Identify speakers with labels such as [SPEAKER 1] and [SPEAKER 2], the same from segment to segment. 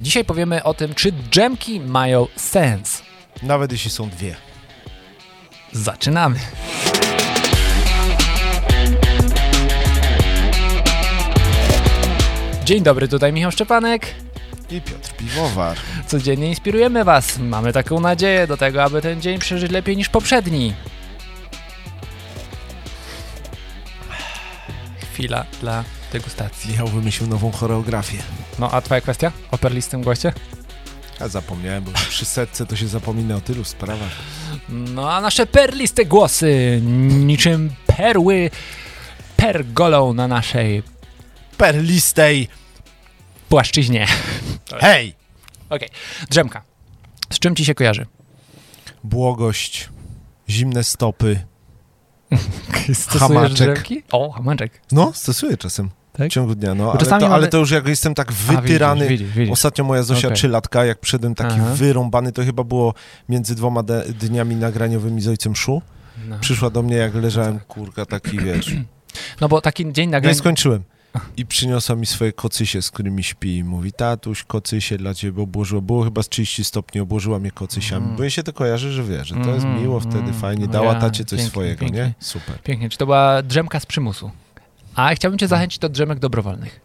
[SPEAKER 1] Dzisiaj powiemy o tym, czy dżemki mają sens.
[SPEAKER 2] Nawet jeśli są dwie.
[SPEAKER 1] Zaczynamy. Dzień dobry, tutaj Michał Szczepanek.
[SPEAKER 2] I Piotr Piwowar.
[SPEAKER 1] Codziennie inspirujemy Was. Mamy taką nadzieję do tego, aby ten dzień przeżyć lepiej niż poprzedni. Chwila dla degustacji.
[SPEAKER 2] Michał wymyślił nową choreografię.
[SPEAKER 1] No, a Twoja kwestia? O perlistym goście?
[SPEAKER 2] A zapomniałem, bo przy setce to się zapomina o tylu sprawach.
[SPEAKER 1] No, a nasze perliste głosy, niczym perły, pergolą na naszej
[SPEAKER 2] Perlistej!
[SPEAKER 1] płaszczyźnie. Tak.
[SPEAKER 2] Hej!
[SPEAKER 1] Okej, drzemka. Z czym Ci się kojarzy?
[SPEAKER 2] Błogość, zimne stopy.
[SPEAKER 1] Stosujesz
[SPEAKER 2] Hamaczek.
[SPEAKER 1] drzemki? O, hamaczek.
[SPEAKER 2] No, stosuję czasem.
[SPEAKER 1] Tak?
[SPEAKER 2] W ciągu dnia, no. Ale to,
[SPEAKER 1] czasami mamy-
[SPEAKER 2] ale to już jak jestem tak wytyrany.
[SPEAKER 1] A, widzisz, widzisz, widzisz.
[SPEAKER 2] Ostatnio moja Zosia
[SPEAKER 1] Okej.
[SPEAKER 2] trzylatka, jak przyszedłem taki
[SPEAKER 1] Aha.
[SPEAKER 2] wyrąbany, to chyba było między dwoma de- dniami nagraniowymi z ojcem Szu.
[SPEAKER 1] No.
[SPEAKER 2] Przyszła do mnie, jak leżałem, kurka, taki, wiesz,
[SPEAKER 1] no bo taki dzień nagle...
[SPEAKER 2] Nie skończyłem. I przyniosła mi swoje kocysie, z którymi śpi. I mówi, tatuś, kocysie dla ciebie obłożyła. Było chyba z 30 stopni, obłożyła mnie kocysiami.
[SPEAKER 1] Mm.
[SPEAKER 2] Bo jej się to kojarzy, że wie, że to jest
[SPEAKER 1] Mm,
[SPEAKER 2] miło wtedy,
[SPEAKER 1] mm.
[SPEAKER 2] fajnie.
[SPEAKER 1] No
[SPEAKER 2] Dała
[SPEAKER 1] ja,
[SPEAKER 2] tacie coś
[SPEAKER 1] pięknie,
[SPEAKER 2] swojego,
[SPEAKER 1] pięknie.
[SPEAKER 2] nie? Super.
[SPEAKER 1] Pięknie, czy to była drzemka z przymusu? A chciałbym Cię zachęcić do drzemek dobrowolnych.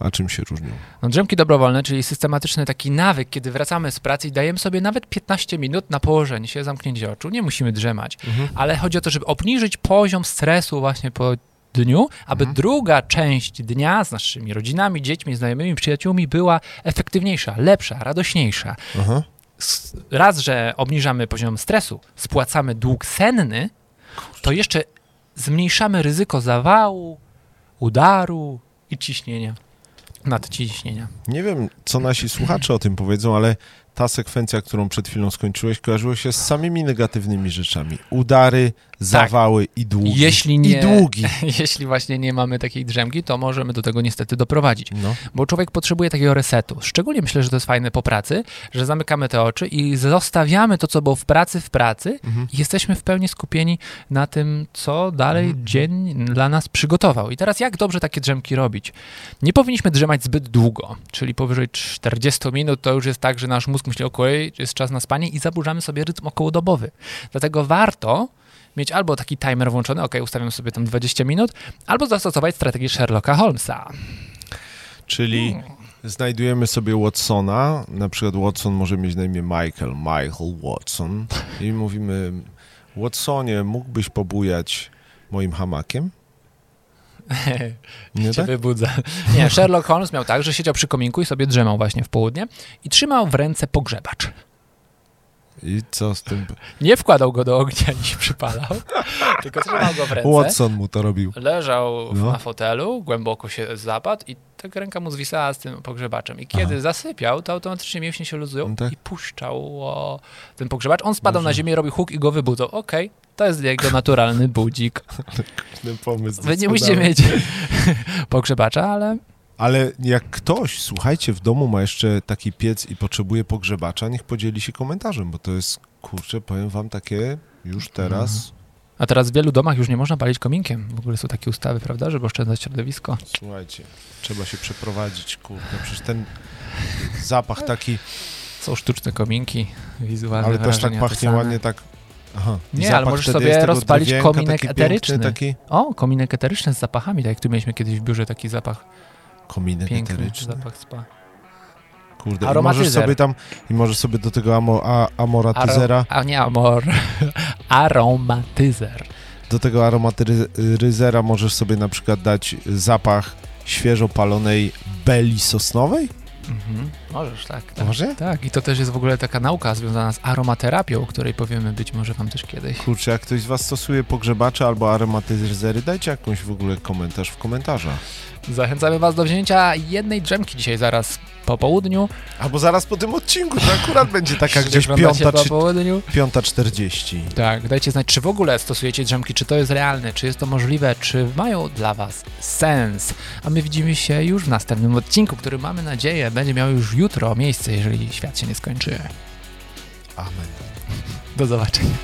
[SPEAKER 2] A czym się różnią?
[SPEAKER 1] No, drzemki dobrowolne, czyli systematyczny taki nawyk, kiedy wracamy z pracy i dajemy sobie nawet 15 minut na położenie się, zamknięcie oczu. Nie musimy drzemać, ale chodzi o to, żeby obniżyć poziom stresu właśnie po dniu, aby druga część dnia z naszymi rodzinami, dziećmi, znajomymi, przyjaciółmi była efektywniejsza, lepsza, radośniejsza.
[SPEAKER 2] Aha.
[SPEAKER 1] S- Raz, że obniżamy poziom stresu, spłacamy dług senny, to jeszcze zmniejszamy ryzyko zawału, udaru i ciśnienia. Nadciśnienia.
[SPEAKER 2] Nie wiem, co nasi słuchacze o tym powiedzą, ale ta sekwencja, którą przed chwilą skończyłeś, kojarzyła się z samymi negatywnymi rzeczami. Udary, zawały i długi.
[SPEAKER 1] Tak. Jeśli nie,
[SPEAKER 2] I długi.
[SPEAKER 1] Jeśli właśnie nie mamy takiej drzemki, to możemy do tego niestety doprowadzić.
[SPEAKER 2] No.
[SPEAKER 1] Bo człowiek potrzebuje takiego resetu. Szczególnie myślę, że to jest fajne po pracy, że zamykamy te oczy i zostawiamy to, co było w pracy, w pracy
[SPEAKER 2] Mhm.
[SPEAKER 1] i jesteśmy w pełni skupieni na tym, co dalej
[SPEAKER 2] Mhm.
[SPEAKER 1] dzień dla nas przygotował. I teraz jak dobrze takie drzemki robić? Nie powinniśmy drzemać zbyt długo, czyli powyżej 40 minut to już jest tak, że nasz mózg myśli, okej, jest czas na spanie i zaburzamy sobie rytm okołodobowy. Dlatego warto mieć albo taki timer włączony, ok, ustawiam sobie tam 20 minut, albo zastosować strategię Sherlocka Holmesa.
[SPEAKER 2] Czyli
[SPEAKER 1] Mm.
[SPEAKER 2] znajdujemy sobie Watsona, na przykład Watson może mieć na imię Michael, Michael Watson i mówimy Watsonie, mógłbyś pobujać moim hamakiem? Nie
[SPEAKER 1] Cię
[SPEAKER 2] tak?
[SPEAKER 1] wybudza. Nie, Sherlock Holmes miał tak, że siedział przy kominku i sobie drzemał właśnie w południe i trzymał w ręce pogrzebacz.
[SPEAKER 2] I co z tym?
[SPEAKER 1] Nie wkładał go do ognia i się przypalał, tylko trzymał go w ręce.
[SPEAKER 2] Watson mu to robił.
[SPEAKER 1] Leżał w-
[SPEAKER 2] No.
[SPEAKER 1] na fotelu, głęboko się zapadł i tak ręka mu zwisała z tym pogrzebaczem. I kiedy zasypiał, to automatycznie mięśnie się luzują
[SPEAKER 2] No tak.
[SPEAKER 1] i puszczało ten pogrzebacz. On spadał na ziemię, robił huk i go wybudzał. Okej, to jest jego naturalny budzik.
[SPEAKER 2] Ten pomysł
[SPEAKER 1] Wy nie
[SPEAKER 2] doskonały.
[SPEAKER 1] musicie mieć pogrzebacza, ale
[SPEAKER 2] Ale jak ktoś, słuchajcie, w domu ma jeszcze taki piec i potrzebuje pogrzebacza, niech podzieli się komentarzem, bo to jest, kurczę, powiem wam takie już teraz,
[SPEAKER 1] Mhm. A teraz w wielu domach już nie można palić kominkiem. W ogóle są takie ustawy, prawda, żeby oszczędzać środowisko.
[SPEAKER 2] słuchajcie, trzeba się przeprowadzić, kurde, przecież ten zapach taki...
[SPEAKER 1] Są sztuczne kominki, wizualne
[SPEAKER 2] Ale też tak
[SPEAKER 1] wrażenia te
[SPEAKER 2] pachnie
[SPEAKER 1] same.
[SPEAKER 2] ładnie, tak. Aha. I
[SPEAKER 1] Nie, ale
[SPEAKER 2] zapach
[SPEAKER 1] możesz
[SPEAKER 2] wtedy
[SPEAKER 1] sobie
[SPEAKER 2] jest tego
[SPEAKER 1] rozpalić
[SPEAKER 2] drewienka,
[SPEAKER 1] kominek
[SPEAKER 2] taki piękny,
[SPEAKER 1] eteryczny.
[SPEAKER 2] Taki
[SPEAKER 1] O, kominek eteryczny z zapachami, tak jak tu mieliśmy kiedyś w biurze taki zapach
[SPEAKER 2] kominek
[SPEAKER 1] piękny,
[SPEAKER 2] eteryczny.
[SPEAKER 1] zapach spa.
[SPEAKER 2] Kurde, i
[SPEAKER 1] Aromatyzer.
[SPEAKER 2] możesz sobie tam i możesz sobie do tego amo, a, amoratyzera,
[SPEAKER 1] A nie amor, aromatyzer.
[SPEAKER 2] do tego aromatyzera możesz sobie na przykład dać zapach świeżo palonej beli sosnowej?
[SPEAKER 1] Mhm. Możesz, tak. tak.
[SPEAKER 2] Może?
[SPEAKER 1] Tak, i to też jest w ogóle taka nauka związana z aromaterapią, o której powiemy być może wam też kiedyś.
[SPEAKER 2] Kurczę, jak ktoś z was stosuje pogrzebacze albo aromatyzery, dajcie jakąś w ogóle komentarz w komentarzach.
[SPEAKER 1] Zachęcamy was do wzięcia jednej drzemki dzisiaj zaraz po południu.
[SPEAKER 2] Albo zaraz po tym odcinku, to akurat będzie taka
[SPEAKER 1] Jeśli
[SPEAKER 2] gdzieś
[SPEAKER 1] oglądacie
[SPEAKER 2] piąta,
[SPEAKER 1] po
[SPEAKER 2] czy,
[SPEAKER 1] południu.
[SPEAKER 2] piąta 40.
[SPEAKER 1] Tak, dajcie znać, czy w ogóle stosujecie drzemki, czy to jest realne, czy jest to możliwe, czy mają dla Was sens. A my widzimy się już w następnym odcinku, który mamy nadzieję będzie miał już jutro miejsce, jeżeli świat się nie skończy.
[SPEAKER 2] Amen.
[SPEAKER 1] Do zobaczenia.